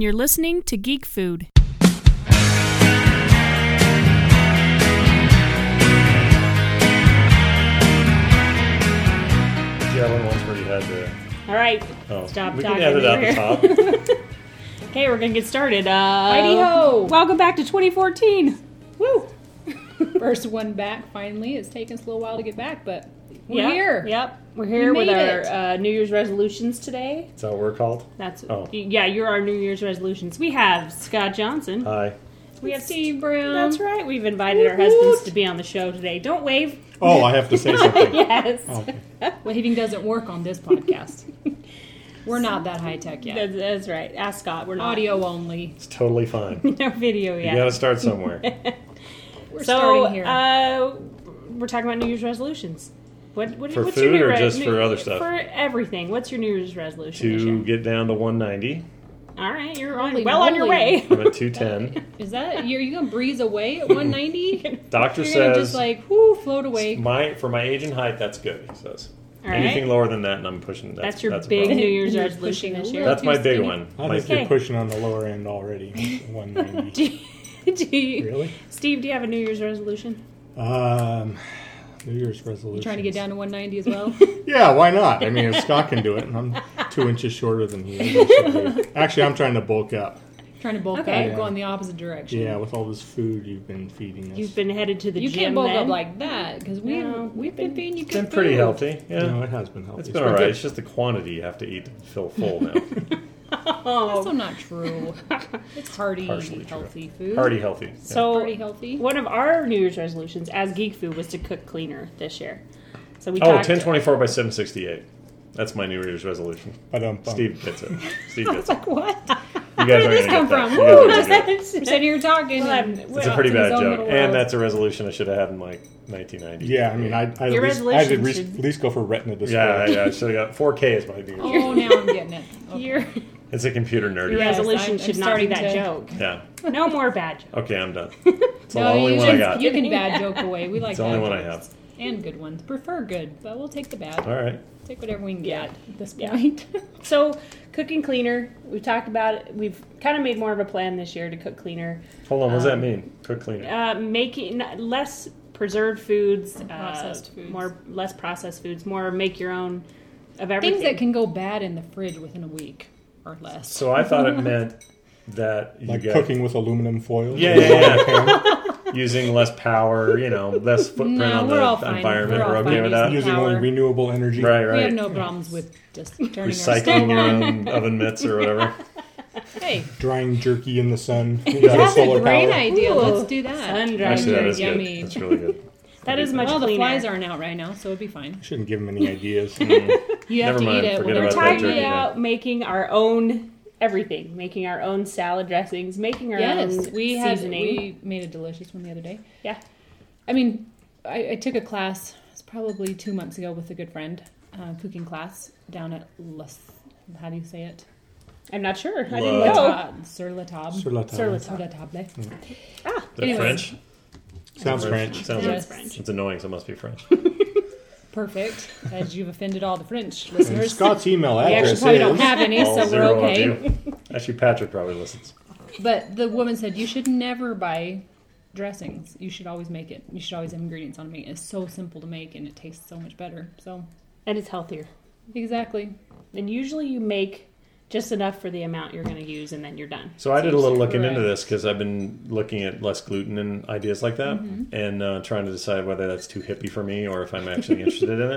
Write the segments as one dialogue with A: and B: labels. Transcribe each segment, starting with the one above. A: You're listening to Geek Food.
B: Yelling ones where you had to.
C: All right.
B: Oh,
C: Stop
B: we
C: talking
B: can edit out
C: over
B: the top.
C: Okay, we're gonna get started. Uh,
D: Heidi-ho!
C: Welcome back to 2014. Woo!
D: first one back finally. It's taken us a little while to get back, but we're
C: Yep,
D: here.
C: Yep, we're here
D: We
C: with
D: made
C: our
D: it.
C: uh, New Year's resolutions today.
B: That's how we're called.
C: That's
B: Oh.
C: yeah, you're our New Year's resolutions. We have Scott Johnson.
B: Hi.
C: we have
D: Steve Brown.
C: That's right. We've invited our
D: Woot
C: husbands
D: woot.
C: to be on the show today. Don't wave.
B: Oh, I have to say something.
C: yes.
B: Oh, Okay.
D: Waving doesn't work on this podcast. we're not that high tech yet.
C: That's, that's right. Ask Scott. We're not
D: Audio only.
B: It's totally fine.
C: no video yet.
B: You got to start somewhere.
C: so
D: We're starting here.
C: uh, we're talking about New Year's resolutions. What, what,
B: For
C: what's
B: food
C: your new
B: or
C: re-
B: just
C: new-
B: for other stuff?
C: For everything. What's your New Year's resolution? this
B: to
C: year?
B: get down to 190.
C: All right, you're on,
D: Holy
C: well on your
D: moly.
C: way.
B: I'm at 210.
D: Is that you're you gonna breeze away at 190?
B: Doctor
D: you're gonna
B: says
D: just like whoo float away.
B: my for my age and height that's good. He says
C: All right.
B: anything lower than that, and I'm pushing.
C: That's
B: That's,
C: your
B: a
C: big
B: problem.
C: New Year's
D: You're
C: resolution
D: pushing
C: this
D: a
C: year.
D: little
B: That's my
D: too
B: big
D: skinny.
B: one.
E: I
B: My-
E: think you're
C: Okay.
E: pushing on the lower end already. 190.
C: do you,
E: really?
C: Steve, do you have a New Year's resolution?
E: Um, New Year's resolution.
D: You trying to get down to 190 as well?
E: Yeah, why not? I mean, if Scott can do it, and I'm two inches shorter than he is. I should be. Actually, I'm trying to bulk up.
D: trying to bulk
C: Okay.
D: up, go in the opposite direction.
E: Yeah, with all this food you've been feeding us.
C: You've been headed to the
D: You
C: gym.
D: can't bulk
C: then.
D: up like that because we
C: No,
D: we've been feeding you
B: It's been
D: good
B: pretty
D: food.
B: healthy. Yeah.
E: No, it has been healthy.
B: it's been all right. It's just the quantity you have to eat to feel full now.
D: That's
C: Oh.
D: still not true. It's hearty,
B: Partially true.
D: healthy food.
B: Hearty, healthy. Yeah.
C: So
D: Pretty healthy.
C: one of our New Year's resolutions as Geek Food was to cook cleaner this year. So we
B: oh,
C: talked
B: 1024 by 768. That's my New Year's resolution.
E: But um,
B: Steve gets it. Steve gets it.
D: Like what?
B: You guys are
D: this
B: going to get
D: come
B: that.
D: from?
B: You guys aren't
D: Woo!
B: gonna get it.
D: We're sitting here talking.
C: Well,
D: and-
C: I'm-
B: It's a pretty
D: It's his
B: bad
D: own
B: joke,
D: little
B: and
D: world.
B: that's a resolution I should have had in like 1990.
E: Yeah, I mean, I, I
C: Your
E: at least, I should
C: resolution
E: re-
C: should-
E: at least go for retina display.
B: yeah, yeah. I should have got 4K is my deal.
D: oh, now I'm getting it. Okay.
C: Your,
B: It's a computer
C: your
B: nerd.
D: Yes,
C: resolution
D: I'm-
C: should
D: I'm
C: not be
D: starting
C: that
D: to-
C: joke.
B: Yeah.
C: No more bad jokes.
B: Okay, I'm done. It's the only
D: you,
B: one
D: can,
B: I got.
D: you can bad joke away. We like
B: It's the only
D: bad
B: one I
D: jokes.
B: have.
D: And good ones. Prefer good, but we'll take the bad.
B: All right.
D: Take whatever we can
C: Yeah.
D: get at this point.
C: So cooking cleaner, we've talked about it. We've kind of made more of a plan this year to cook cleaner.
B: Hold on. What does that
C: Um,
B: mean? Cook cleaner.
C: uh, making less preserved foods, uh,
D: processed foods.
C: more less processed foods, more make your own of everything.
D: Things that can go bad in the fridge within a week or less.
B: So I thought it meant that you
E: Like
B: got
E: cooking with aluminum foil.
B: Yeah, yeah, yeah. using less power. You know, less footprint
D: No,
B: on
D: we're all
B: the
D: fine.
B: environment.
D: We're all
B: okay
D: fine
B: with that.
E: Using only
D: Power.
E: renewable energy.
B: Right,
D: we have
B: right.
D: no problems with just turning our
B: Recycling your own oven mitts or whatever.
D: Hey,
E: Drying jerky in the sun.
B: That's
D: that's a
E: solar
D: great
E: power.
D: idea.
C: Ooh.
D: Let's do that.
C: Sun-dried
B: Actually, that
D: Very
B: is
D: yummy.
B: good. That's really good.
C: That is
B: Pretty good.
C: much
D: Well, the
C: cleaner.
D: flies aren't out right now, so it'd be fine.
E: Shouldn't give him any ideas.
D: You have
B: Never
D: to
B: mind,
D: eat it
B: forget
D: when
B: about
D: they're
B: that
D: tired.
B: jerky.
C: Talking about making our own everything, making our own salad dressings, making our
D: Yes,
C: own
D: we had
C: seasoning.
D: we made a delicious one the other day.
C: Yeah.
D: I mean, I, I took a class. It's probably two months ago with a good friend, uh, cooking class down at Les. How do you say it?
C: I'm not sure. I
B: Whoa.
C: didn't
B: Oh.
C: know.
D: Ta- Sur la table.
E: Sur la table.
C: Sur la table.
D: Sur la table.
B: Is that
D: Anyway.
B: French?
E: Sounds French.
B: Sounds
D: Yes.
B: like French. It's annoying, so it must be French.
D: Perfect. As you've offended all the French
E: And
D: listeners.
E: Scott's email
D: We actually
E: address
D: probably don't
E: is
D: have any,
B: All
D: so we're
B: zero
D: okay.
B: of you. Actually, Patrick probably listens.
D: But the woman said you should never buy dressings. You should always make it. You should always have ingredients on me. It's so simple to make and it tastes so much better. So
C: And it's healthier.
D: exactly.
C: And usually you make just enough for the amount you're going to use, and then you're done.
B: So I did a little looking into
D: Correct.
B: this because I've been looking at less gluten and ideas like that, and uh, trying to decide whether that's too hippie for me or if I'm actually interested in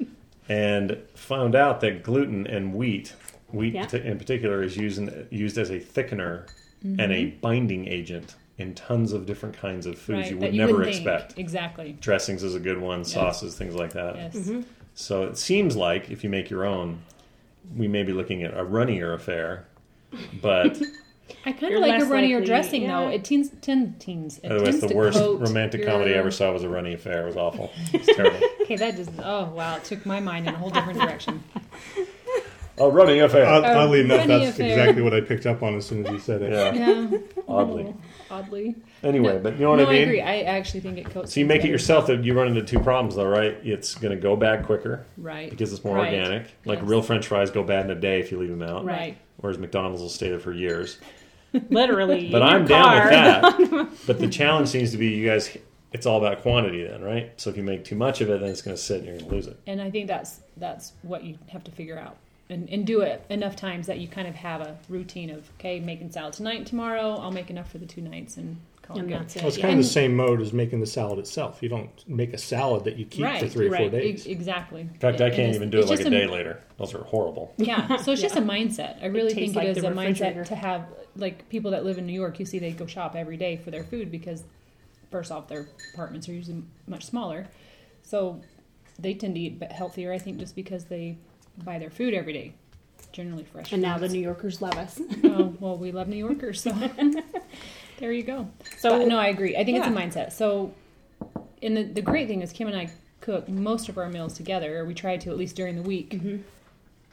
B: it. And found out that gluten and wheat, wheat
C: Yeah.
B: t- in particular, is used in, used as a thickener and a binding agent in tons of different kinds of foods
D: right.
B: you would
D: that
B: never
D: wouldn't think.
B: expect.
D: Exactly.
B: Dressings is a good one, sauces, things like that.
D: Yes.
C: Mm-hmm.
B: So it seems like if you make your own, we may be looking at a runnier affair, but
D: I kind
C: You're
D: of like a
C: less
D: runnier
C: likely-
D: dressing though.
C: yeah.
D: It teens, ten, teens. It
B: otherwise
D: tends
B: the
D: to
B: worst
D: coat
B: romantic
D: your- uh,
B: comedy I ever saw was a running affair. It was awful. It's terrible.
D: Okay, that just oh wow, it took my mind in a whole different direction.
B: a running affair.
E: Odd- oddly enough.
D: runny
E: That's
D: affair.
E: exactly what I picked up on as soon as you said it.
B: yeah,
D: Yeah,
B: oddly.
D: oddly.
B: Anyway, but you know what
D: no,
B: I mean.
D: agree. I actually think it coats.
B: So you make it
D: things
B: yourself. That you run into two problems, though, right? It's going to go bad quicker
D: better. right
B: because it's more
D: Right.
B: organic. Like
D: Yes.
B: real French fries go bad in a day if you leave them out.
D: Right.
B: whereas McDonald's will stay there for years.
C: Literally.
B: But
C: in your
B: I'm down
C: car.
B: with that. but the challenge seems to be you guys. It's all about quantity then, right? So if you make too much of it, then it's going to sit and you're going to lose it.
D: And I think that's that's what you have to figure out and, and do it enough times that you kind of have a routine of okay, making salad tonight, and tomorrow I'll make enough for the two nights and call it
C: And
D: good.
C: that's
E: Well, it's
C: it.
E: kind
C: yeah.
E: of the same mode as making the salad itself. You don't make a salad that you keep for
D: Right,
E: three or
C: right.
E: four days.
D: E- exactly.
B: In fact, I
D: And
B: can't
D: it's-
B: even do it
D: it's
B: like
D: just
B: a day later. Those are horrible.
D: Yeah, so it's just a mindset. I really think
C: tastes
D: it
C: like
D: is
C: the
D: a
C: refrigerator.
D: mindset to have like people that live in New York. You see, they go shop every day for their food because first off, their apartments are usually much smaller, so they tend to eat be- healthier. I think just because they buy their food every day, generally fresh.
C: And now the
D: foods.
C: New Yorkers love us.
D: oh, well, we love New Yorkers, so there you go.
C: So-
D: So no, I agree. I think
C: Yeah.
D: it's a mindset. So, and the, the great thing is Kim and I cook most of our meals together, or we try to at least during the week.
C: Mm-hmm.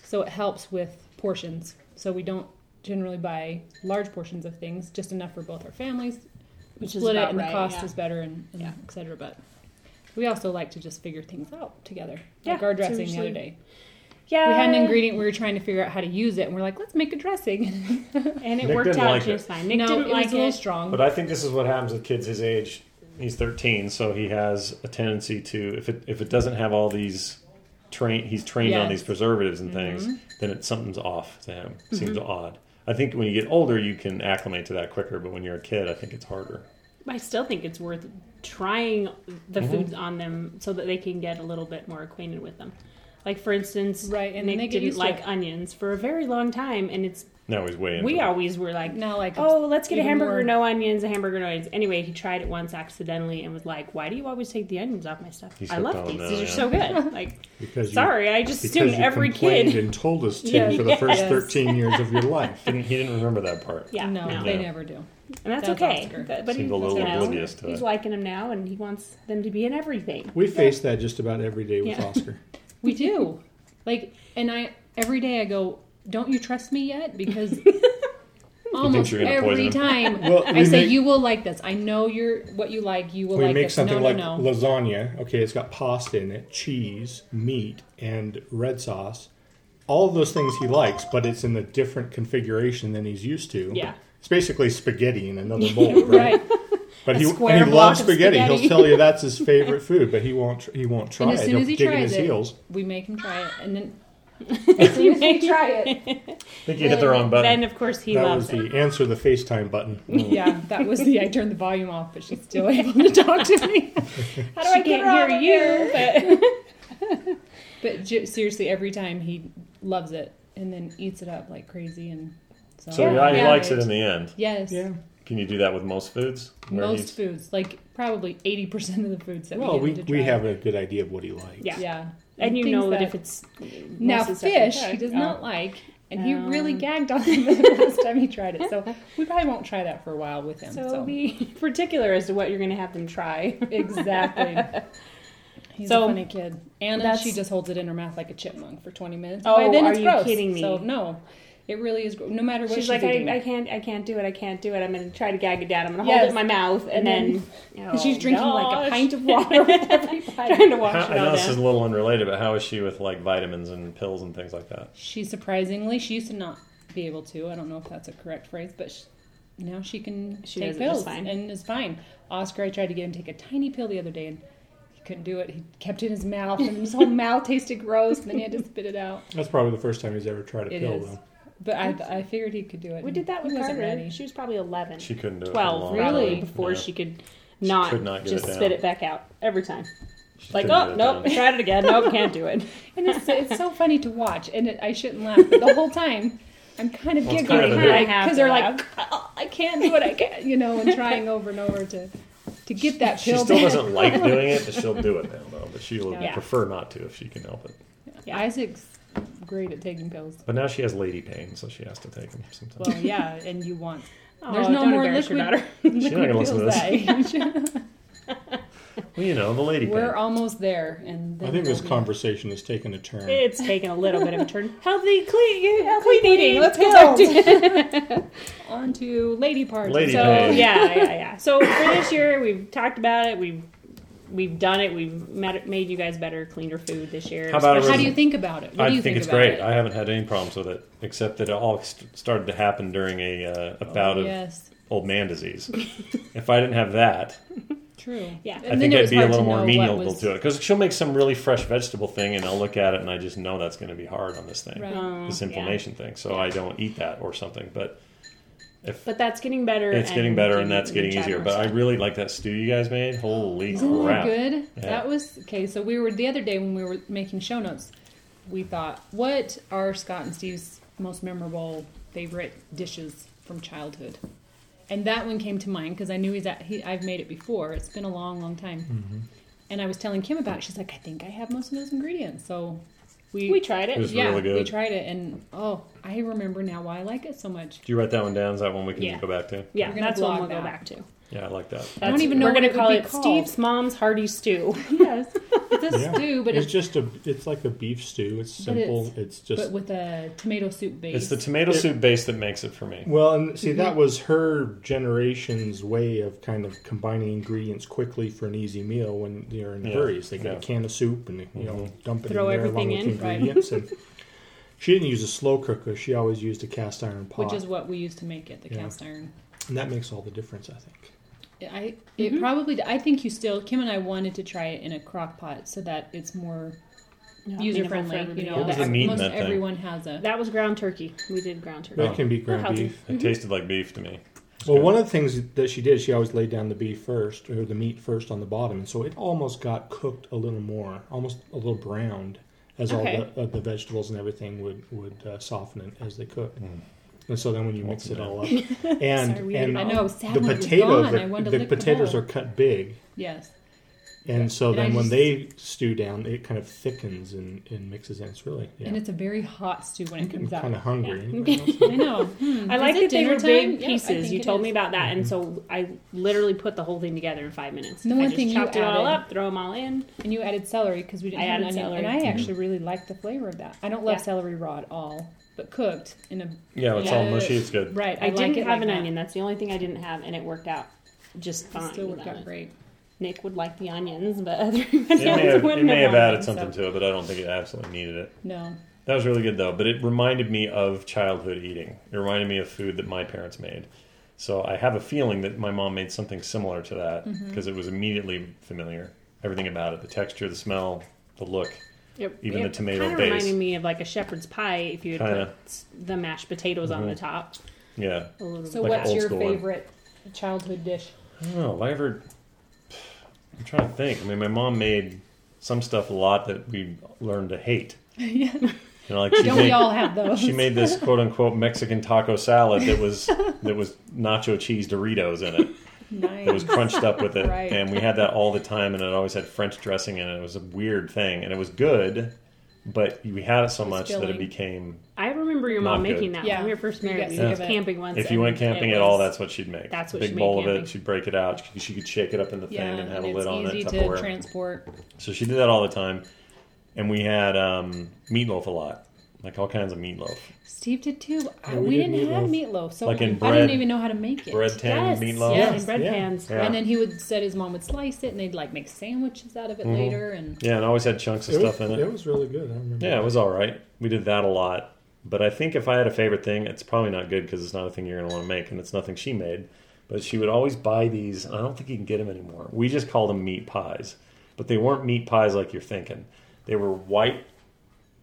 D: So it helps with portions. So we don't generally buy large portions of things, just enough for both our families. We
C: Which is
D: split it,
C: about
D: and
C: right,
D: the cost
C: yeah.
D: is better, and, and
C: Yeah.
D: et cetera. But we also like to just figure things out together.
C: Yeah,
D: Like our
C: so
D: dressing the
C: usually-
D: other day.
C: Yeah.
D: We had an ingredient we were trying to figure out how to use it, and we're like, let's make a dressing.
C: And it
B: Nick
C: worked
B: didn't
C: out
B: like it.
C: just fine. Nick
D: no,
C: didn't
D: it
C: like
D: was a little
C: it.
D: strong.
B: But I think this is what happens with kids his age. He's 13, so he has a tendency to if it if it doesn't have all these train he's trained on
D: Yes.
B: these preservatives and
C: Mm-hmm.
B: things, then it something's off to him. Seems odd. I think when you get older, you can acclimate to that quicker, but when you're a kid, I think it's harder.
C: I still think it's worth trying the
B: Mm-hmm.
C: foods on them so that they can get a little bit more acquainted with them. Like for instance,
D: Right, and then
C: Nick
D: they get
C: didn't
D: used to
C: like
D: it.
C: onions for a very long time, and it's
B: Now he's way into
C: we
B: it.
C: always were like,
D: Now, like,
C: oh, let's get a
D: even
C: hamburger,
D: more-
C: no onions, a hamburger, no onions. Anyway, he tried it once accidentally and was like, why do you always take the onions off my stuff?
B: He's
C: I
B: hooked
C: love
B: on
C: these;
B: them
C: these are
B: now,
C: so good. Like,
E: Because you-
C: sorry, I just
E: because
C: assumed
E: you
C: every
E: complained
C: kid.
E: and told us to
D: Yes.
E: for the first
D: Yes.
E: 13 years of your life.
B: Didn't, he didn't remember that part.
C: Yeah,
D: no,
C: no.
D: they
B: No.
D: never do.
C: and that's,
D: That's
C: okay.
D: Oscar.
C: But, but
B: Seemed
C: he's,
B: a little
C: you know,
B: oblivious to
C: "Oh, he's
B: it.
C: liking them now, and he wants them to be in everything.
E: We face that just about every day with
C: Yeah.
E: Oscar.
D: We do. Like, and I every day I go, "Don't you trust me yet?" Because almost
B: you're gonna
D: every
B: poison him.
D: time
E: Well,
D: I
E: we
D: say,
E: make-
D: "You will like this. I know you're what you like. You will
E: we
D: like
E: make
D: this."
E: something
D: no,
E: like
D: no, no.
E: lasagna. Okay, it's got pasta in it, cheese, meat, and red sauce. All of those things he likes, but it's in a different configuration than he's used to.
C: Yeah.
E: It's basically spaghetti in another bowl, right?
D: right.
E: But he, and
C: square
E: he
C: block
E: loves
C: of
E: spaghetti.
C: spaghetti.
E: He'll tell you that's his favorite food, but he won't. tr- He won't try
D: And as
E: it.
D: soon
E: He'll
D: as he
E: dig in
D: tries
E: his
D: it,
E: heels.
D: we make him try it, and then as soon as we try it,
B: I think you hit the wrong button.
C: Then of course he
E: That was
C: loves it.
E: the answer the FaceTime button.
D: yeah, that was the I turned the volume off, but she's still able to talk to me. How do I
C: I
D: get her out
C: can't
D: of
C: hear you, but
D: But j- seriously, every time he loves it and then eats it up like crazy, and so,
B: so yeah, he
C: Yeah.
B: likes it in the end.
D: Yes,
E: Yeah.
B: Can you do that with most foods? Where
D: most
B: he's-
D: foods, like probably eighty percent of the foods that
E: Well,
D: we,
E: we,
D: get him to
E: we
D: try.
E: have a good idea of what he likes.
C: Yeah.
D: yeah,
C: and you
D: things
C: know that, if it's
D: now
C: most of the stuff you
D: fish,
C: try-
D: he does
C: Oh.
D: not like, and he really
C: Um.
D: gagged on it the last time he tried it. So we probably won't try that for a while with him.
C: So,
D: So,
C: be particular as to what you're going to have them try.
D: exactly. He's
C: So,
D: a funny kid. Anna,
C: that's-
D: she just holds it in her mouth like a chipmunk for 20 minutes.
C: Oh,
D: By then
C: are
D: it's
C: you
D: gross.
C: kidding me?
D: So, no, it really is. gro- No matter what
C: She's
D: she's
C: like,
D: eating.
C: I, I can't, I can't do it, I can't do it. I'm going to try to gag it down. I'm going to hold it
D: Yes.
C: in my mouth, and,
D: And
C: then, oh,
D: And she's drinking like
C: gosh.
D: a pint of water with every bite.
C: trying to wash
B: How, I
C: it
B: know
C: all
B: this is
C: down.
B: a little unrelated, but how is she with like vitamins and pills and things like that?
D: She surprisingly, she used to not be able to. I don't know if that's a correct phrase, but sh now she can
C: She
D: take
C: does it just
D: pills
C: fine.
D: and is fine. Oscar, I tried to get him to take a tiny pill the other day and he couldn't do it. He kept it in his mouth and his whole mouth tasted gross and then he had to spit it out.
E: That's probably the first time he's ever tried a
D: It
E: pill,
D: is.
E: though.
D: But I, I figured he could do it.
C: We did that
D: He
C: with
D: wasn't
C: Carter.
D: ready.
C: She was probably 11,
B: She couldn't do it. for a
C: 12,
B: long
C: really,
B: time.
C: before
B: Yeah.
C: she could not,
B: could not get
C: just
B: it down.
C: spit it back out every time.
B: She
C: Like,
B: couldn't get
C: oh,
B: it
C: nope,
B: down.
C: tried it again. Nope, can't do it.
D: And it's, it's so funny to watch, and it, I shouldn't laugh, but the whole time I'm kind of
B: Well, it's
D: giggling
B: kind of a
D: because
C: bit. I have
D: they're
C: to
D: like, "Oh, I can't do what I can, you know, and trying over and over to to get that
B: She
D: pill.
B: still
D: back.
B: doesn't like doing it, but she'll do it now, though. But she would
C: Yeah.
B: prefer not to if she can help it.
D: Yeah, Isaac's great at taking pills.
B: But now she has lady pain, so she has to take them sometimes.
D: Well, yeah, and you want
C: Oh, don't embarrass your daughter.
D: liquid
B: not gonna listen
D: pills that age.
B: Well, you know, the lady
D: We're
B: pain.
D: almost there, and then
E: I think this
D: we'll be-
E: conversation has taken a turn.
C: It's taken a little bit of a turn. Healthy, clean, clean, eating.
D: clean
C: Let's go back to
D: on to lady parts.
B: Lady
D: so,
B: pain.
C: So yeah, yeah, yeah. So for this year, we've talked about it. We've we've done it. We've met, made you guys better, cleaner food this year.
B: How about a
D: How
C: especially-
D: do you think about it? What
B: I
D: do you
B: think, it's
D: about
B: great.
D: it?
B: I haven't had any problems with it, except that it all st- started to happen during a, uh, a bout of
D: Oh, yes,
B: old man disease. if I didn't have that,
D: true.
C: Yeah.
D: And
B: I
D: then
B: think
D: it
B: I'd
D: was
B: be a
D: hard to
B: little more
D: know what
B: menial
D: was-
B: to it because she'll make some really fresh vegetable thing, and I'll look at it and I just know that's going to be hard on this thing,
D: Right.
C: Um,
B: this
C: yeah.
B: inflammation thing. So I don't eat that or something. But if
C: But that's getting better.
B: it's getting
C: and
B: better
C: you-
B: and that's
C: you
B: getting
C: try
B: easier,
C: more
B: but I
C: stuff.
B: really like that stew you guys made. Holy
D: Isn't that
B: crap!
D: good?
B: Yeah.
D: That was okay. So we were the other day when we were making show notes. We thought, what are Scott and Steve's most memorable favorite dishes from childhood? And that one came to mind because I knew he's at, he, I've made it before. It's been a long, long time.
B: Mm-hmm.
D: And I was telling Kim about it. She's like, I think I have most of those ingredients. So we,
C: we tried it.
B: It was
D: yeah,
B: really
D: we
B: good.
D: tried it, and oh, I remember now why I like it so much.
B: Do you write that one down? Is that one we can
C: Yeah.
B: go back to?
C: yeah,
D: We're gonna
C: that's one
D: vlog
C: we'll go
D: that.
C: back to.
B: Yeah, I like that.
D: I don't
C: That's-
D: even know
C: We're
D: what
C: gonna
D: it would
C: call
D: be
C: it
D: called.
C: Steve's Mom's Hearty Stew.
D: Yes, it's a
E: Yeah.
D: stew, but
E: it's,
D: it's
E: just a it's like a beef stew. It's
D: But
E: simple.
D: it's-
E: It's, just
D: but with a tomato soup base.
B: It's the tomato
E: It-
B: soup base that makes it for me.
E: well, and
D: Mm-hmm.
E: see that was her generation's way of kind of combining ingredients quickly for an easy meal when they're in
B: Yeah.
E: hurries. They get
B: Yeah.
E: a can of soup and you know dump it
C: Throw
E: in there
C: everything
E: along with
C: in, right.
E: ingredients. and she didn't use a slow cooker. She always used a cast iron pot,
D: which is what we used to make it the
E: Yeah.
D: cast iron.
E: and that makes all the difference. I think.
D: I it
C: Mm-hmm.
D: probably I think you still Kim and I wanted to try it in a crock pot so that it's more user friendly. You know,
B: What was
D: that
B: the meat in
D: most
B: that thing?
D: everyone has a
C: that was ground turkey. We did ground turkey.
E: That can be
C: We're
E: ground
C: healthy.
E: beef.
B: It
D: Mm-hmm.
B: tasted like beef to me. It's
E: Well,
B: good.
E: one of the things that she did, she always laid down the beef first or the meat first on the bottom, and so it almost got cooked a little more, almost a little browned, as
C: Okay.
E: all the, uh, the vegetables and everything would would uh, soften it as they cooked. And so then when you mix it all up, and
C: Sorry, we
E: and
D: I know
E: the
D: salad was
E: potatoes,
D: gone.
E: the,
D: I wanted to
E: the
D: lick
E: potatoes
D: the
E: are
D: bowl.
E: cut big,
D: yes.
E: and so
D: And I
E: then when
D: just-
E: they stew down, it kind of thickens and, and mixes in. It's really yeah.
D: and it's a very hot stew when it
E: I'm
D: comes out.
E: kind of hungry.
C: Yeah.
E: Anybody else?
D: I know. Hmm.
C: I
D: Is
C: like
D: it
C: that they
D: dinner
C: were
D: time?
C: big
D: Yeah, I
C: pieces.
D: think
C: you
D: it
C: told
D: is.
C: me about that, and so I literally put the whole thing together in five minutes.
D: The
C: I
D: one
C: just
D: thing you
C: chopped it all
D: added-
C: up, throw them all in.
D: And you added celery because we didn't
C: I
D: have an
C: added
D: onion,
C: celery.
D: and
E: Mm-hmm.
D: I actually really like the flavor of that. I don't love
C: Yeah.
D: celery raw at all, but cooked in a
B: yeah, it's all
D: Yeah.
B: mushy. It's good.
D: right.
C: I,
D: like
C: didn't
D: it
C: have
D: like
C: an
D: that.
C: onion. That's the only thing I didn't have, and it worked out just
D: It
C: fine.
D: still worked
C: without
D: out
C: it.
D: great.
C: Nick would like the onions, but everyone
B: It may
C: else
B: have, it
C: wouldn't
B: may have added
D: so.
B: something to it, but I don't think it absolutely needed it.
D: No,
B: That was really good though, but it reminded me of childhood eating. It reminded me of food that my parents made. So I have a feeling that my mom made something similar to that
D: Mm-hmm.
B: because it was immediately familiar. Everything about it, the texture, the smell, the look.
C: It-
B: Even
C: it
B: the tomato
C: kinda
B: base.
C: reminded me of like a shepherd's pie if you had
B: Kinda. Mm-hmm.
C: put s- the mashed potatoes on the top.
B: Yeah.
C: A little
D: So
B: Like an
D: what's
B: old
D: your
B: school one.
D: favorite childhood dish?
B: I don't know. Have I ever? I'm trying to think. I mean, my mom made some stuff a lot that we learned to hate.
D: yeah.
B: You know, like she
D: Don't we
B: made,
D: all have those?
B: she made this quote unquote Mexican taco salad that was that was nacho cheese Doritos in it.
D: nice.
B: It was crunched up with it,
D: Right.
B: and we had that all the time, and it always had French dressing in it. It was a weird thing, and it was good, but we had it so much that
D: filling.
B: it became.
C: I remember your
B: Not
C: mom
B: good.
C: making that
D: Yeah.
C: when we were first
D: You
C: married.
D: got
C: We
D: sick
C: went
D: of it.
C: camping once.
B: If you
C: and
B: went camping
C: it
B: at all,
C: was-
B: that's what she'd make.
C: that's what
B: a big
C: she made
B: bowl of
C: camping.
B: it. She'd break it out. She, she could shake it up in the
D: yeah,
B: thing and have a
D: it's
B: lid on it.
D: easy
B: Tupperware.
D: to transport.
B: So she did that all the time, and we had um, meatloaf a lot, like all kinds of meatloaf,
D: Steve did too. I,
E: Yeah,
D: we,
E: we did
D: didn't have meatloaf, so
B: Like in
D: I
B: bread-
D: didn't even know how to make it.
B: bread tin
C: Yes,
B: meatloaf.
C: yeah,
E: Yes,
C: in bread
E: yeah.
C: pans.
B: Yeah.
D: And then he would said his mom would slice it, and they'd like make sandwiches out of
B: Mm-hmm.
D: it later. And
B: Yeah, and always had chunks of
E: It was,
B: stuff in it.
E: it was really good. I remember.
B: Yeah, it was all right. We did that a lot, but I think if I had a favorite thing, it's probably not good because it's not a thing you're going to want to make, and it's nothing she made. But she would always buy these, and I don't think you can get them anymore. We just called them meat pies, but they weren't meat pies like you're thinking. They were white,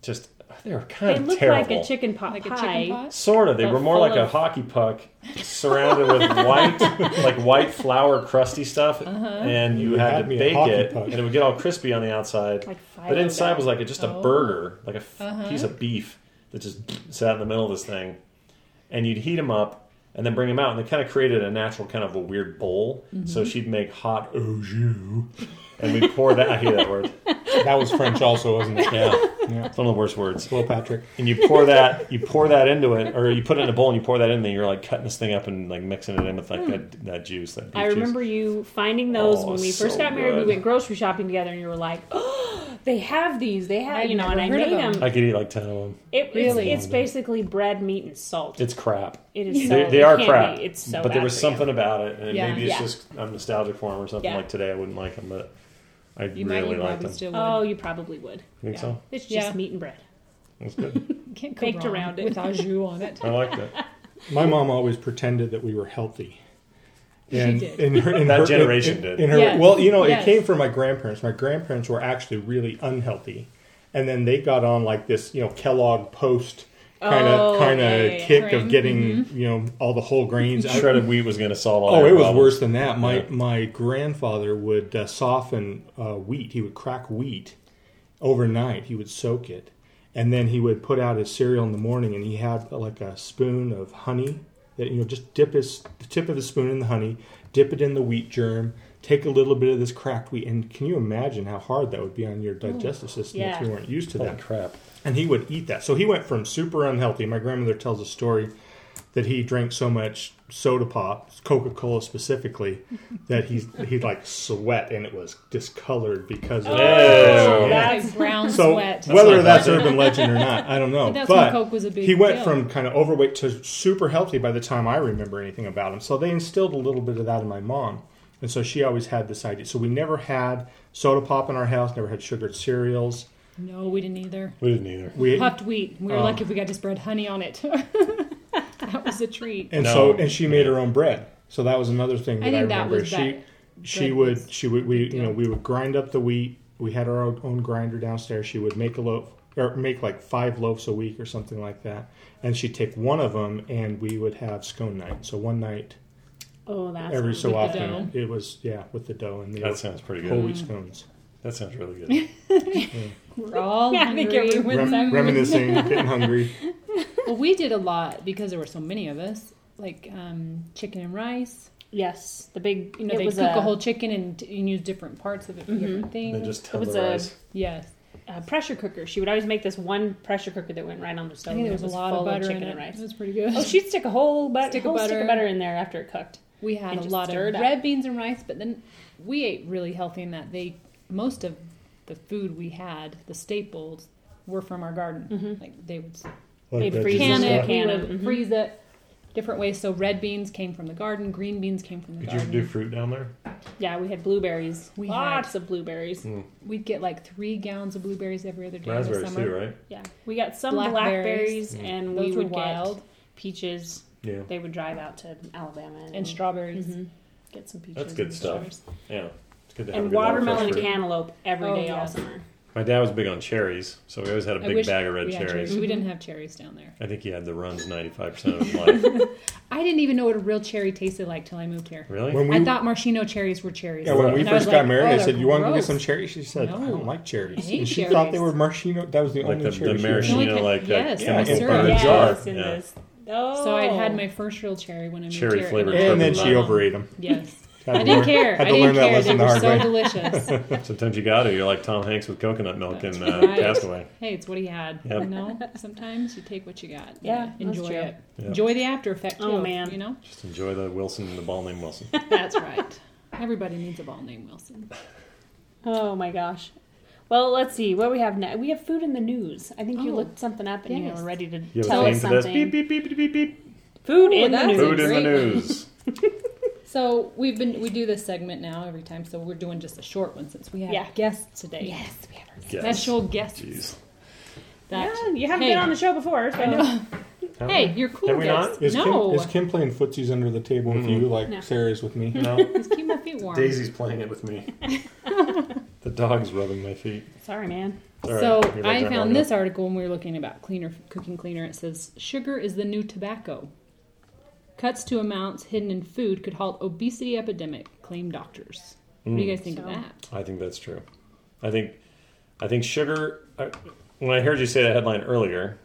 B: just they were kind
C: It
B: of
C: looked
B: terrible.
C: like a chicken pot
D: like a
C: pie.
D: chicken pot.
B: Sort of. They
C: But
B: were more
C: full
B: like a
C: of-
B: hockey puck surrounded with white, like white flour crusty stuff,
C: Uh-huh.
B: and you
E: You
B: had
E: had
B: to
E: me at
B: bake
E: hockey
B: it,
E: puck.
B: and it would get all crispy on the outside.
C: Like
B: but inside was like a, just a
D: Oh.
B: burger, like a f-
C: Uh-huh.
B: piece of beef that just sat in the middle of this thing, and you'd heat them up. And then bring them out, and they kind of created a natural kind of a weird bowl.
C: Mm-hmm.
B: So she'd make hot au jus, and we'd pour that. I hate that word.
E: that was French, also, wasn't it?
B: Yeah,
E: Yeah.
B: it's one of the worst words
E: Well, Patrick.
B: and you pour that you pour that into it or you put it in a bowl and you pour that in and you're like cutting this thing up and like mixing it in with like that, that juice that beef
C: I
B: juice.
C: remember you finding those
B: Oh,
C: when we
B: so
C: first got married.
B: good.
C: We went grocery shopping together, and you were like, "Oh, they have these. They have,
D: I've
C: you know." And I
D: never heard
C: made
D: of them.
C: them.
B: I could eat like 10 of them
C: It,
D: Really?
C: it's, it's basically bread, meat, and salt.
B: it's crap
C: It is. So,
B: they, they
C: it
B: are
C: can't
B: crap
C: be. It's so.
B: but
C: bad
B: there was
C: for you.
B: something about it and
D: Yeah.
B: maybe it's
C: Yeah.
B: just I'm nostalgic for them or something
C: Yeah.
B: like today I wouldn't like them but I
D: You might
B: really
D: eat one,
B: like
D: we
B: them.
D: still would.
C: Oh, you probably would.
B: Think
C: yeah.
B: so?
C: It's just
D: Yeah.
C: meat and bread.
B: That's good.
D: Can't
C: Oh,
D: go
C: baked
D: wrong
C: around it.
D: with au jus on it.
B: I like that.
E: My mom always pretended that we were healthy. And
D: did.
E: In her, in
B: That
E: her-
B: generation
E: in-
B: did.
E: In her,
D: Yes.
E: Well, you know,
D: Yes.
E: it came from my grandparents. My grandparents were actually really unhealthy, and then they got on like this, you know, Kellogg Post kind of
C: Oh,
E: kind of
C: yeah, yeah, Mm-hmm. yeah.
E: kick
D: Train.
E: of getting you know all the whole grains. I-
B: Shredded wheat was going to solve all.
E: Oh,
B: our
E: it was
B: problems.
E: worse than that. My
B: Yeah.
E: my grandfather would uh, soften uh, wheat. He would crack wheat overnight. He would soak it, and then he would put out his cereal in the morning. And he had uh, like a spoon of honey that you know just dip his the tip of his spoon in the honey, dip it in the wheat germ, take a little bit of this cracked wheat. And can you imagine how hard that would be on your digestive system if
C: yeah.
E: you weren't used to
B: Holy
E: that?
B: crap!
E: and he would eat that. So he went from super unhealthy. My grandmother tells a story that he drank so much soda pop, Coca Cola specifically, that he he'd like sweat and it was discolored because of.
B: Oh. Ew.
E: Yeah.
D: Like brown
E: So
D: Oh, sweat.
E: whether that's urban legend or not, I don't know.
D: But that's
E: but
D: when Coke was a big
E: he went
D: deal.
E: from kind of overweight to super healthy by the time I remember anything about him. So they instilled a little bit of that in my mom, and so she always had this idea. So we never had soda pop in our house. Never had sugared cereals.
D: No, we didn't either.
B: We didn't either.
E: We
D: Puffed wheat. We were
E: Oh.
D: lucky if we got to spread honey on it. that was a treat.
E: and
B: No.
E: so and she made her own bread. So that was another thing that
D: I
E: I,
D: think that
E: remember.
D: was
E: she
D: that-
E: she
D: bread
E: would
D: was
E: she would we
D: big
E: you know
D: deal.
E: we would grind up the wheat. We had our own, own grinder downstairs. She would make a loaf or make like five loaves a week or something like that. And she'd take one of them and we would have scone night. So one night
C: Oh, that's
E: every so
D: With the
E: often it was yeah with the dough and the
B: That sounds pretty
E: whole
B: good.
E: wheat scones.
B: That sounds really good.
D: We're all
C: Yeah, I
D: hungry.
C: think everyone-
E: Rem-
C: that-
E: reminiscing, getting hungry.
D: Well, we did a lot because there were so many of us. Like um, chicken and rice.
C: yes. The big,
D: You know,
C: it
D: they
C: was Mm-hmm.
D: cook a, whole chicken and, and use different parts of it for different
B: And
D: things.
B: then just
C: It was a-
B: tenderize.
D: yes.
C: a uh, pressure cooker. She would always make this one pressure cooker that went right on the stove.
D: I
C: and
D: think there
C: it
D: was, a lot of
C: full
D: butter
C: chicken
D: in it.
C: and rice.
D: It was pretty good.
C: Oh, she'd stick a whole, but-
D: Stick of
C: whole stick
D: butter.
C: of butter in there after it cooked.
D: We had
C: And
D: a
C: just
D: lot of
C: stir it up.
D: red beans and rice, but then we ate really healthy in that they most of the food we had, the staples, were from our garden. Like they would
C: They'd
E: Like veggies
C: Mm-hmm. freeze it.
D: can
E: and stuff.
D: it, we
C: Can
D: would
C: it, mhm.
D: freeze it different ways. So red beans came from the garden, green beans came from the
B: Did you
D: garden.
B: do fruit down there?
C: Yeah, we had blueberries.
D: We
C: Lots of blueberries.
D: We'd get like three gallons of blueberries every other day. in the
B: Raspberries
D: summer.
B: too, right?
C: Yeah, we got some
D: Blackberries.
C: blackberries, and
D: Those
C: we
D: were
C: would
D: wild.
C: get peaches.
B: Yeah.
C: They would drive out to Alabama and,
D: And strawberries.
C: Mm-hmm. get some peaches.
B: That's good
C: and
B: stuff.
C: strawberries.
B: Yeah. It's good to have a
C: And
B: good lot of
C: watermelon
B: fresh
C: and
B: fruit.
C: cantaloupe every day
D: Oh, yeah.
C: all summer.
B: My dad was big on cherries, so we always had a
D: I
B: big
D: wish
B: bag of red
D: we had
B: cherries.
D: We didn't have cherries down there.
B: I think he had the runs 95% of his life.
D: I didn't even know what a real cherry tasted like till I moved here.
B: really?
E: When we
D: I thought maraschino cherries were cherries.
E: Yeah, when
B: Right.
E: we
D: And I
E: first
D: was
E: got
D: like,
E: married,
D: "Oh,
E: I
D: they're
E: said, "You want to go get
D: gross."
E: some cherries?" She said, "I
D: No.
E: don't like
D: I
E: cherries."
D: hate
E: And she thought they
D: cherries.
E: were maraschino. That was the
B: like
E: only
B: the,
E: cherry.
B: the
E: she
D: No,
E: ate.
D: like
B: maraschino,
D: a-
B: like
D: yes,
B: that
D: yeah,
B: chemical
D: syrup.
B: burn
D: Yes,
B: jar.
C: in
B: yeah.
C: this. Oh,
D: So I had my first real cherry when I moved
B: Cherry
D: here.
B: flavored
D: And-
B: purple
E: And then she
B: lemon.
E: overate them.
D: Yes, I didn't care.
E: Had to
D: I didn't
E: learn that
D: care.
E: lesson
D: they
E: the
D: were
E: hard
D: so
E: way.
D: delicious.
B: Sometimes you got to. You're like Tom Hanks with coconut milk
D: That's
B: in uh,
D: right.
B: Castaway.
D: Hey, it's what he had.
B: Yep.
D: You know, sometimes you take what you got.
C: Yeah, that's
D: enjoy
C: true.
D: it.
B: Yeah.
D: Enjoy the after effect too.
C: Oh, man.
D: you know
B: Just enjoy the Wilson, the ball named Wilson.
D: that's right. Everybody needs a ball named Wilson.
C: Oh my gosh. Well, let's see what we have now. We have food in the news. I think you
D: Oh.
C: looked something up and you
D: Yes.
C: were ready to
B: You have
C: tell
B: a
C: us
B: theme for this?
C: something.
B: Beep, beep, beep, beep, beep, beep.
C: Food
D: Ooh,
C: in the
D: that's
C: news.
D: a
B: Food in the
D: great one.
B: news.
D: So we've been we do this segment now every time. So we're doing just a short one since we have
C: Yeah.
D: guests today.
C: Yes, we have our
B: Yes.
D: Special guests.
B: Jeez.
D: That
C: Yeah, you haven't
D: Hey.
C: been on the show before, so I know.
D: hey, you're cool.
B: Have we
D: guests.
B: not?
E: Is,
D: no,
E: Kim, is Kim playing footsies under the table with you like
C: No.
E: Sarah's with me?
B: No,
D: Just keep my feet warm.
B: Daisy's playing it with me. the dog's rubbing my feet.
C: Sorry, man.
B: It's all right.
D: so
B: Your legs
D: I
B: aren't long
D: found this article when we were looking about cleaner cooking cleaner. It says sugar is the new tobacco. Cuts to amounts hidden in food could halt obesity epidemic, claim doctors. What
B: Mm.
D: do you guys think of
C: So-
D: that?
B: I think that's true. I think, I think sugar. I, when I heard you say that headline earlier,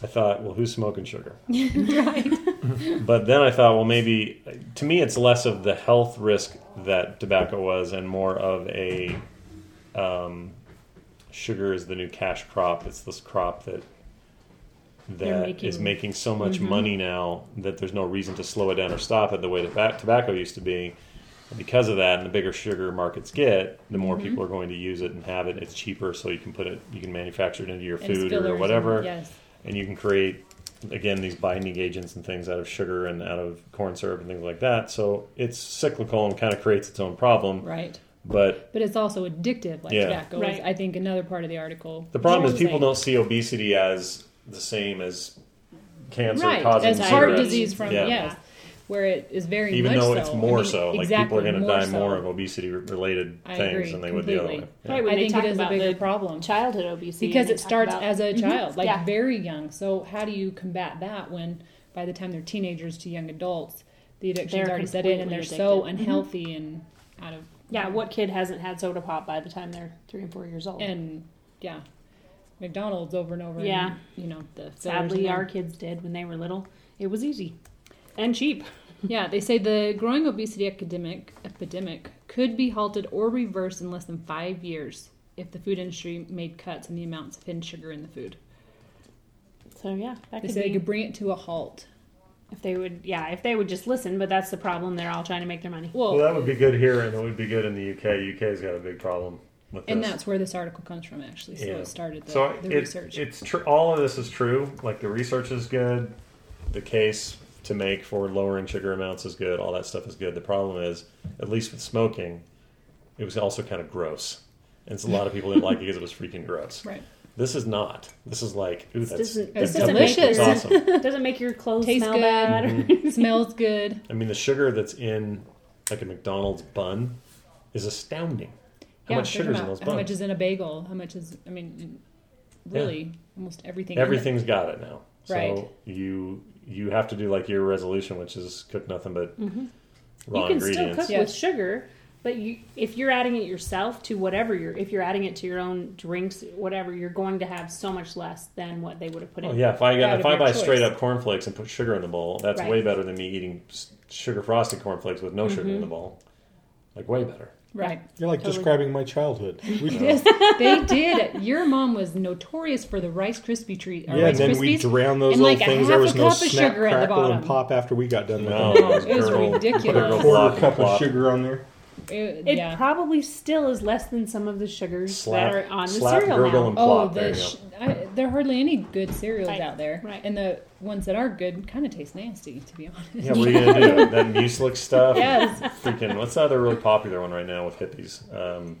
B: I thought, well, who's smoking sugar? right. but then I thought, well, maybe to me, it's less of the health risk that tobacco was, and more of a um, sugar is the new cash crop. It's this crop that
C: They're
B: that
C: making- Mm-hmm.
B: is making so much money now that there's no reason to slow it down or stop it the way that ba- tobacco used to be. And because of that, and the bigger sugar markets get, the more
D: Mm-hmm.
B: people are going to use it and have it. It's cheaper, so you can put it, you can manufacture it into your
D: And
B: food
D: fillers
B: or
D: and-
B: whatever,
D: yes.
B: and you can create again these binding agents and things out of sugar and out of corn syrup and things like that. So it's cyclical and kind of creates its own problem.
D: Right.
B: But
D: But it's also addictive, like
B: Yeah.
D: tobacco is,
C: Right.
D: I think, another part of the article.
B: the problem
D: Yeah.
B: is people don't see obesity as the same as cancer
D: right
B: causing
D: as heart
B: cigarettes.
D: disease from
B: Yeah.
D: yes, where it is very
B: Even
D: much
B: though
D: so.
B: it's more
D: I mean,
B: so, like people
D: exactly,
B: are going to die
D: so.
B: more of obesity related
D: I
B: things
D: agree
B: than they would the other way.
D: completely.
C: Right, when
D: I
C: they
D: think
C: talk
D: it is a
C: about
D: bigger
C: the
D: problem
C: childhood obesity
D: because
C: and
D: it
C: they talk
D: starts
C: about-
D: as a
C: Mhm.
D: child, like
C: yeah.
D: very young. So how do you combat that when by the time they're teenagers to young adults, the addiction's
C: They're
D: already set in and they're
C: completely
D: so
C: addicted. Mhm.
D: unhealthy and out of
C: yeah. What kid hasn't had soda pop by the time they're three and four years old?
D: and yeah, McDonald's over and over.
C: Yeah.
D: and, you know the fillers in
C: Sadly,
D: there.
C: our kids did when they were little. It was easy and cheap.
D: Yeah, they say the growing obesity epidemic epidemic could be halted or reversed in less than five years if the food industry made cuts in the amounts of hidden sugar in the food.
C: So yeah, that
D: They
C: could
D: say they
C: be
D: could bring it to a halt.
C: if they would. Yeah, if they would just listen. But that's the problem. They're all trying to make their money.
D: Well,
B: Well, that would be good here, and it would be good in the UK. UK's got a big problem with this.
D: and that's where this article comes from, actually. So
B: Yeah.
D: it started the,
B: so
D: the
B: it-
D: research.
B: it's tr- all of this is true. Like the research is good, the case to make for lowering sugar amounts is good. All that stuff is good. The problem is, at least with smoking, it was also kind of gross, and so a lot of people didn't like it because it was freaking gross.
D: right.
B: This is not. This is like, ooh, that's,
C: doesn't-
B: that's
D: this doesn't
B: delicious.
D: make
B: It's
D: sense.
B: awesome. Mm-hmm.
C: It doesn't make your clothes
D: Tastes
C: smell
D: good.
C: bad. or-
D: smells good.
B: I mean, the sugar that's in like a McDonald's bun is astounding. How
D: yeah,
B: much
D: think
B: sugar's in
D: about
B: those
D: How much
B: buns?
D: is in a bagel? How much is, I mean, really, almost everything. in it.
B: Everything's got it now.
D: Right.
B: So you you have to do like your resolution, which is cook nothing but raw
C: Mm-hmm. you can still
B: ingredients.
C: cook
D: Yeah.
C: with sugar but you if you're adding it yourself to whatever you're if you're adding it to your own drinks whatever you're going to have so much less than what they would have put
B: Oh
C: in
B: yeah, if I
D: Out
B: got,
D: of
B: if I
D: your
B: buy
D: choice.
B: straight up cornflakes and put sugar in the bowl, that's
C: Right. Mm-hmm.
B: way better than me eating s- sugar frosted cornflakes with no sugar in the bowl. Like way better.
D: Right.
E: You're like describing my childhood. We,
D: Yes, they did. Your mom was notorious for the Rice Krispie treat. Or
E: yeah, and
D: Rice
E: then
D: Krispies,
E: we drowned those
D: and
E: little
D: like a
E: things.
D: half
E: There
D: a
E: was no
D: cup of
E: snap,
D: sugar at the
E: crackle, and
D: bottom.
E: pop after we got done with
B: No,
E: them.
D: No, it was
B: gurgle-
D: ridiculous.
B: gurgle,
E: Quarter
B: plop,
E: cup of
B: plop.
E: sugar on there.
D: It-
C: it
D: yeah.
C: probably still is less than some of the sugars
B: Slap,
C: that are on the
B: slap,
C: cereal
B: gurgle,
C: now.
B: and
D: Oh,
B: plop. there
D: the
B: you
D: sh-
B: go.
D: I, there are hardly any good cereals
C: Right,
D: out there,
C: right.
D: and the ones that are good kind of taste nasty, to be honest.
B: Yeah, what are you gonna do? That mucilix stuff.
D: Yes,
B: Freaking, what's the other really popular one right now with hippies? Um,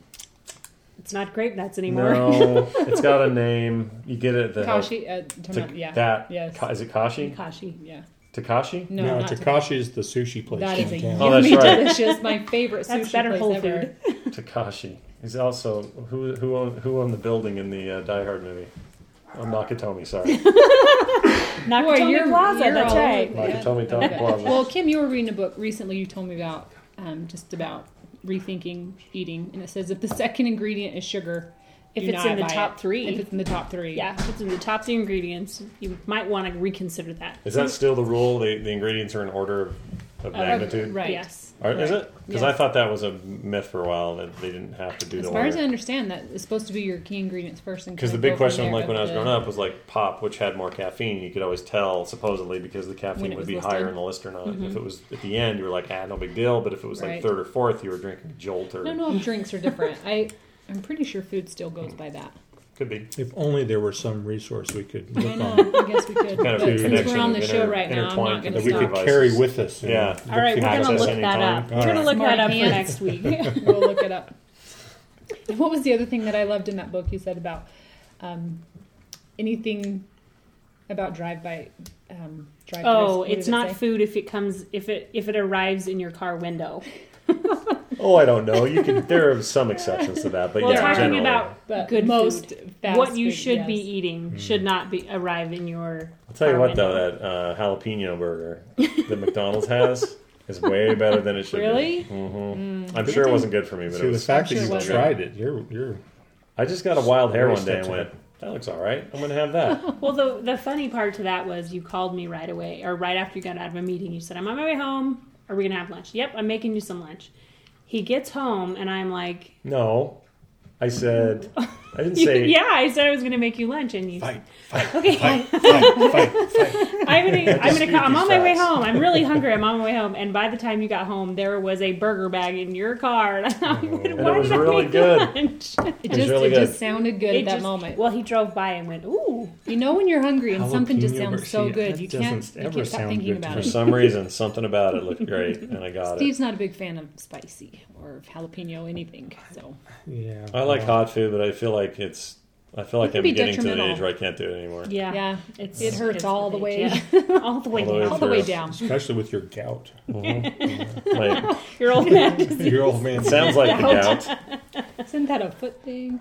C: it's not grape nuts anymore
B: no, it's got a name. You get it at the health-
D: Kashi. Uh,
B: Ta-
D: tomato- yeah,
B: That
D: Yes.
B: Ka- is it Kashi?
C: Kashi.
D: yeah.
B: Takashi?
D: No,
E: no,
D: not
E: Takashi is the sushi place.
D: That is a
E: downtown.
B: Oh, that's
D: yummy,
B: right.
D: delicious. My favorite sushi
C: That's better
D: place
C: Whole
D: ever.
C: Food.
B: Takashi. He's also who who owned, who owned the building in the uh, Die Hard movie. Oh, Nakatomi, sorry,
D: Boy,
C: Nakatomi
D: you're-
C: Plaza.
D: you're
C: that's
D: all
C: right.
D: over it. Yeah.
B: Nakatomi Tom
D: Okay.
B: Plaza.
D: Well, Kim, you were reading a book recently. You told me about um, just about rethinking eating, and it says if the second ingredient is sugar,
C: If
D: do
C: it's
D: not
C: in the
D: buy
C: top
D: it.
C: three.
D: if it's in the top three,
C: Yeah, if it's in the top three ingredients. You might want to reconsider that.
B: Is that still the rule? The, the ingredients are in order of, of magnitude.
D: Uh, right.
C: Yes.
B: Are- Is it? Because
D: Yeah.
B: I thought that was a myth for a while that they didn't have to do
D: As
B: the
D: far as I
B: order.
D: understand, that is supposed to be your key ingredients first, and
B: Because the
D: kinda
B: big
D: go from
B: question,
D: there
B: like when I
D: of
B: was
D: the-
B: growing up, was like pop, which had more caffeine. You could always tell, supposedly, because the
D: When
B: caffeine
D: it
B: would
D: was
B: be
D: listed. Mm-hmm.
B: higher in the list or not. If it was at the end, you were like, ah, no big deal. But if it was
D: Right.
B: like third or fourth, you were drinking Jolt or
D: I don't know if drinks are different. I I'm pretty sure food still goes by that.
B: could be.
E: If only there were some resource we could
D: I
E: look on
D: know. I guess we could.
B: Kind of
D: but
B: food
D: since we're
B: connection
D: on the
B: inter-
D: show right now, I'm not
B: intertwined
D: going
B: that
D: to
B: we
D: stop.
B: could buy-
E: carry with us. and
B: Yeah.
E: look
C: All right, we're
E: things
C: going to
B: gonna
E: up.
B: access
C: look that
B: anytime.
C: up.
E: All
C: We're going to
E: right.
C: look
D: Smart
C: that up for
D: hands.
C: next week.
D: we'll look it up. And what was the other thing that I loved in that book? You said about um, anything about drive by. Um, drive
C: Oh, it's not food if it comes if it if it arrives in your car window.
B: Oh, I don't know. You can. There are some exceptions to that, but
C: We're
B: yeah,
C: talking
B: generally.
C: about
D: But
C: good
D: most
C: food.
D: fast
C: what you
D: food,
C: should be
D: yes.
C: eating
B: Mm-hmm.
C: should not be arrive in your.
B: I'll tell you
C: car
B: what, though,
C: window.
B: that uh, jalapeno burger that McDonald's has is way better than it should
D: Really? Mm.
B: be. Really? hmm I'm sure it wasn't good for me, but
E: See,
B: it
E: the
B: was.
E: fact
D: I'm
E: that
D: sure
E: you
D: it
E: tried it, you're you're
B: I just got a wild hair
E: Very
B: one day and
E: steps
B: went, "That looks all right. I'm gonna have that."
C: Well, the the funny part to that was you called me right away or right after you got out of a meeting. You said, "I'm on my way home. Are we gonna have lunch?" Yep, I'm making you some lunch. He gets home and I'm like,
B: no, I said, I didn't
C: You-
B: say.
C: yeah, I said I was going to make you lunch, and you.
E: Fight, fight,
C: Okay.
E: fight, fight, fight, fight.
C: I'm gonna. I'm gonna.
B: Dispute
C: Call, I'm
B: these
C: on my way
B: facts.
C: home. I'm really hungry. I'm on my way home. And by the time you got home, there was a burger bag in your car. And
D: oh.
C: I'm like,
B: And
C: why
B: it was
C: did I
B: really
C: make
B: good.
C: lunch?
D: It
B: was
D: just
B: really
D: it
B: good.
D: just sounded good
C: It
D: at that
C: just-
D: moment.
C: Well, he drove by and went, "Ooh,
D: You know when you're hungry and something just
E: Jalapeno
D: sounds so
E: Garcia.
D: good,
E: That
D: you
E: doesn't
D: can't, you
E: ever
D: can't stop
E: sound
D: thinking
E: good to
D: about
B: For
D: it.
B: some reason, something about it looked great, and I got it.
D: Steve's not a big fan of spicy or of jalapeno anything, so
E: Yeah.
B: I like
E: well,
B: hot food, but I feel like it's. I feel
D: It
B: like
D: can
B: I'm
D: be
B: getting to the
D: detrimental.
B: age where I can't do it anymore.
C: yeah,
D: yeah,
C: It's,
D: it hurts
C: it's
D: all the
C: age,
D: way,
C: yeah. all the way
B: All the way
D: all
C: down.
D: the way
B: through.
D: down.
E: Especially with your gout.
B: Mhm. Like,
C: Your old man just
E: your old man.
B: it sounds like the gout.
D: Isn't that a foot thing?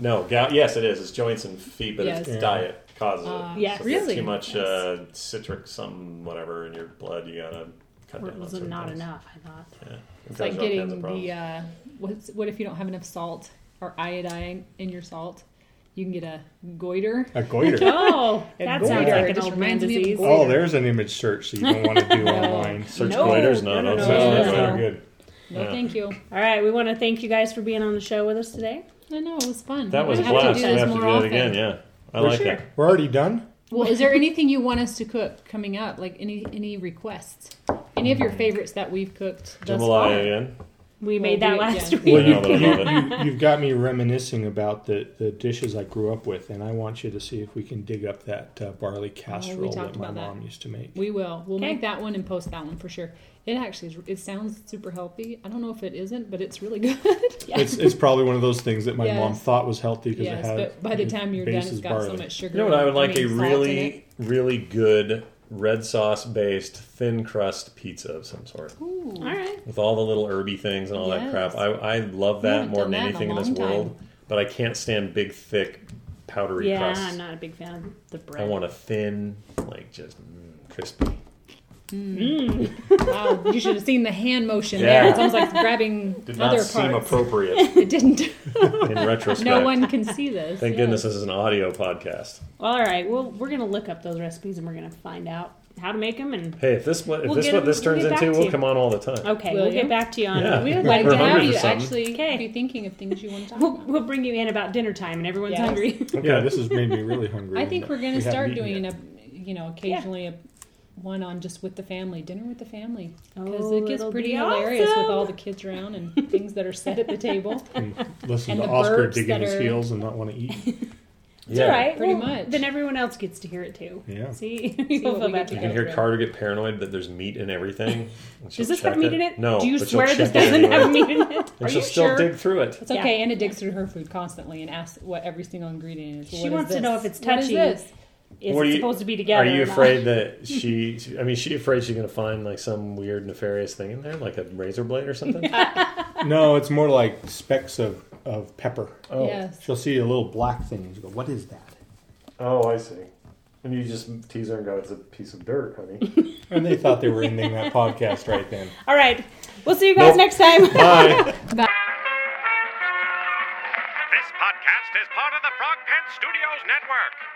B: No, gout. Yes, it is. It's joints and feet, but it's
D: Yes.
E: Yeah.
B: diet causes it.
D: Uh,
C: Yeah,
B: So if there's
D: really?
B: Too much
D: Yes.
B: uh, citric, some whatever in your blood. You gotta cut
C: It
B: down.
C: was not enough. I thought.
D: It's like getting the uh, what's what if you don't have enough salt or iodine in your salt? You can get a goiter.
E: A goiter.
C: Oh,
D: And
C: that
D: goiter,
C: sounds
D: it
C: like an
D: just
C: old man
D: reminds me of
C: disease.
D: goiter.
E: Oh, there's an image search that you don't want to do online.
B: Search
C: No,
B: goiter's
C: no,
B: not.
C: no,
B: I'll
C: no,
B: search
D: no,
E: That's
B: goiter.
E: not good.
D: No,
B: Yeah.
D: thank you.
C: All right, we want to thank you guys for being on the show with us today.
D: I know it was fun.
B: That was
D: we
B: a
D: have
B: blast.
D: To
B: We
D: do this
B: have to
D: more
B: do
D: often.
B: it again. Yeah, I
E: For
B: like
E: sure.
B: that.
E: We're already done.
D: Well, is there anything you want us to cook coming up? Like any any requests? Any of your favorites that we've cooked thus
B: Mm. Jambalaya
D: far?
B: again.
C: We
D: Well,
C: made that
D: we-
C: last
D: yeah.
C: week.
B: I know that I
E: you,
B: love it.
E: you, you've got me reminiscing about the, the dishes I grew up with, and I want you to see if we can dig up that uh, barley casserole
D: Oh, talked
E: that my
D: about that.
E: mom used to make.
D: We will. We'll
C: Okay.
D: make that one and post that one for sure. It actually is, it sounds super healthy. I don't know if it isn't, but it's really good.
E: It's, it's probably one of those things that my mom
D: Yes.
E: thought was healthy because it
D: yes,
E: had.
D: but by the
E: its
D: time you're done,
E: base
D: it's
E: is
D: got so
E: barley.
D: much sugar.
B: You know what? I would
D: and
B: like a
D: salt in it.
B: really, really good red sauce based thin crust pizza of some sort
C: All right.
B: with all the little herby things and all that crap.
D: Yes.
B: I, I love
D: We
B: that
D: haven't
B: more than
D: done that in a
B: anything in this
D: long time.
B: world, but I can't stand big, thick, powdery
C: Yeah,
B: crust.
C: I'm not a big fan of the bread.
B: I want a thin, like just mm, crispy.
D: Wow, you should have seen the hand motion
B: Yeah.
D: there. It's almost like grabbing
B: Did not
D: other
B: seem
D: parts.
B: appropriate
D: it didn't.
B: in retrospect.
D: no one can see this.
B: Thank
D: yes.
B: goodness this is an audio podcast.
C: All right. Well, we're gonna look up those recipes and we're gonna find out how to make them. And
B: Hey, if this what if
C: We'll
B: this
C: get
B: what
C: them-
B: this
C: we'll
B: turns
C: get back
B: into,
C: to
B: we'll
C: you.
B: come on all the time.
C: okay,
D: Will
C: we'll
D: you?
C: get back to you on.
B: Yeah.
D: We would
B: We're
D: like to have
B: hungry
D: you
B: for
D: to
B: something.
D: actually
C: Okay.
D: be thinking of things you want to talk
C: We'll,
D: about.
C: we'll bring you in about dinner time, and everyone's
D: Yes.
C: hungry.
E: Yeah, this has made me really hungry.
D: I think we're going
E: We
D: to start
E: haven't eaten
D: doing
E: yet.
D: a, you know, occasionally a one on just with the family, dinner with the family, because
C: Oh,
D: it gets
C: it'll
D: pretty
C: be
D: hilarious with
C: awesome.
D: all the kids around and things that are said at the table.
E: Listen
D: and the
E: to Oscar
D: burps
E: digging
D: that
E: his
D: are-
E: heels and not want to eat.
C: It's all right.
D: Pretty
C: Well,
D: much.
C: Then everyone else gets to hear it too.
E: Yeah.
C: Oh. See, you'll
D: what
C: feel
D: we
C: bad.
D: get
B: You
D: to
B: can hear Carter get paranoid that there's meat in everything. and she'll
C: Does this
B: check
C: have meat in it?
B: No.
C: Do you
B: but she'll
C: swear this
B: check it
C: doesn't
B: anyway.
C: have meat in it?
B: And
D: Are
B: she'll
D: you
B: still
D: sure?
B: dig through it.
D: It's okay.
C: Yeah.
D: Anna digs through her food constantly and asks what every single ingredient is.
C: She
D: What is
C: wants to
D: this?
C: know if it's
D: What is
C: touchy.
D: this?
C: Is
B: What
C: it
B: are you-
C: supposed to be together?
B: Are you
C: or not?
B: afraid that she? I mean, she afraid she's gonna find like some weird nefarious thing in there, like a razor blade or something.
E: no, it's more like specks of, of pepper.
B: Oh.
D: Yes.
E: She'll see a little black thing and she'll go, What is that?
B: oh, I see. And you just tease her and go, "It's a piece of dirt, honey."
E: And they thought they were ending that podcast right then.
C: All right. We'll see you guys
B: Nope.
C: next time.
B: Bye.
F: This podcast is part of the Frog Pants Studios Network.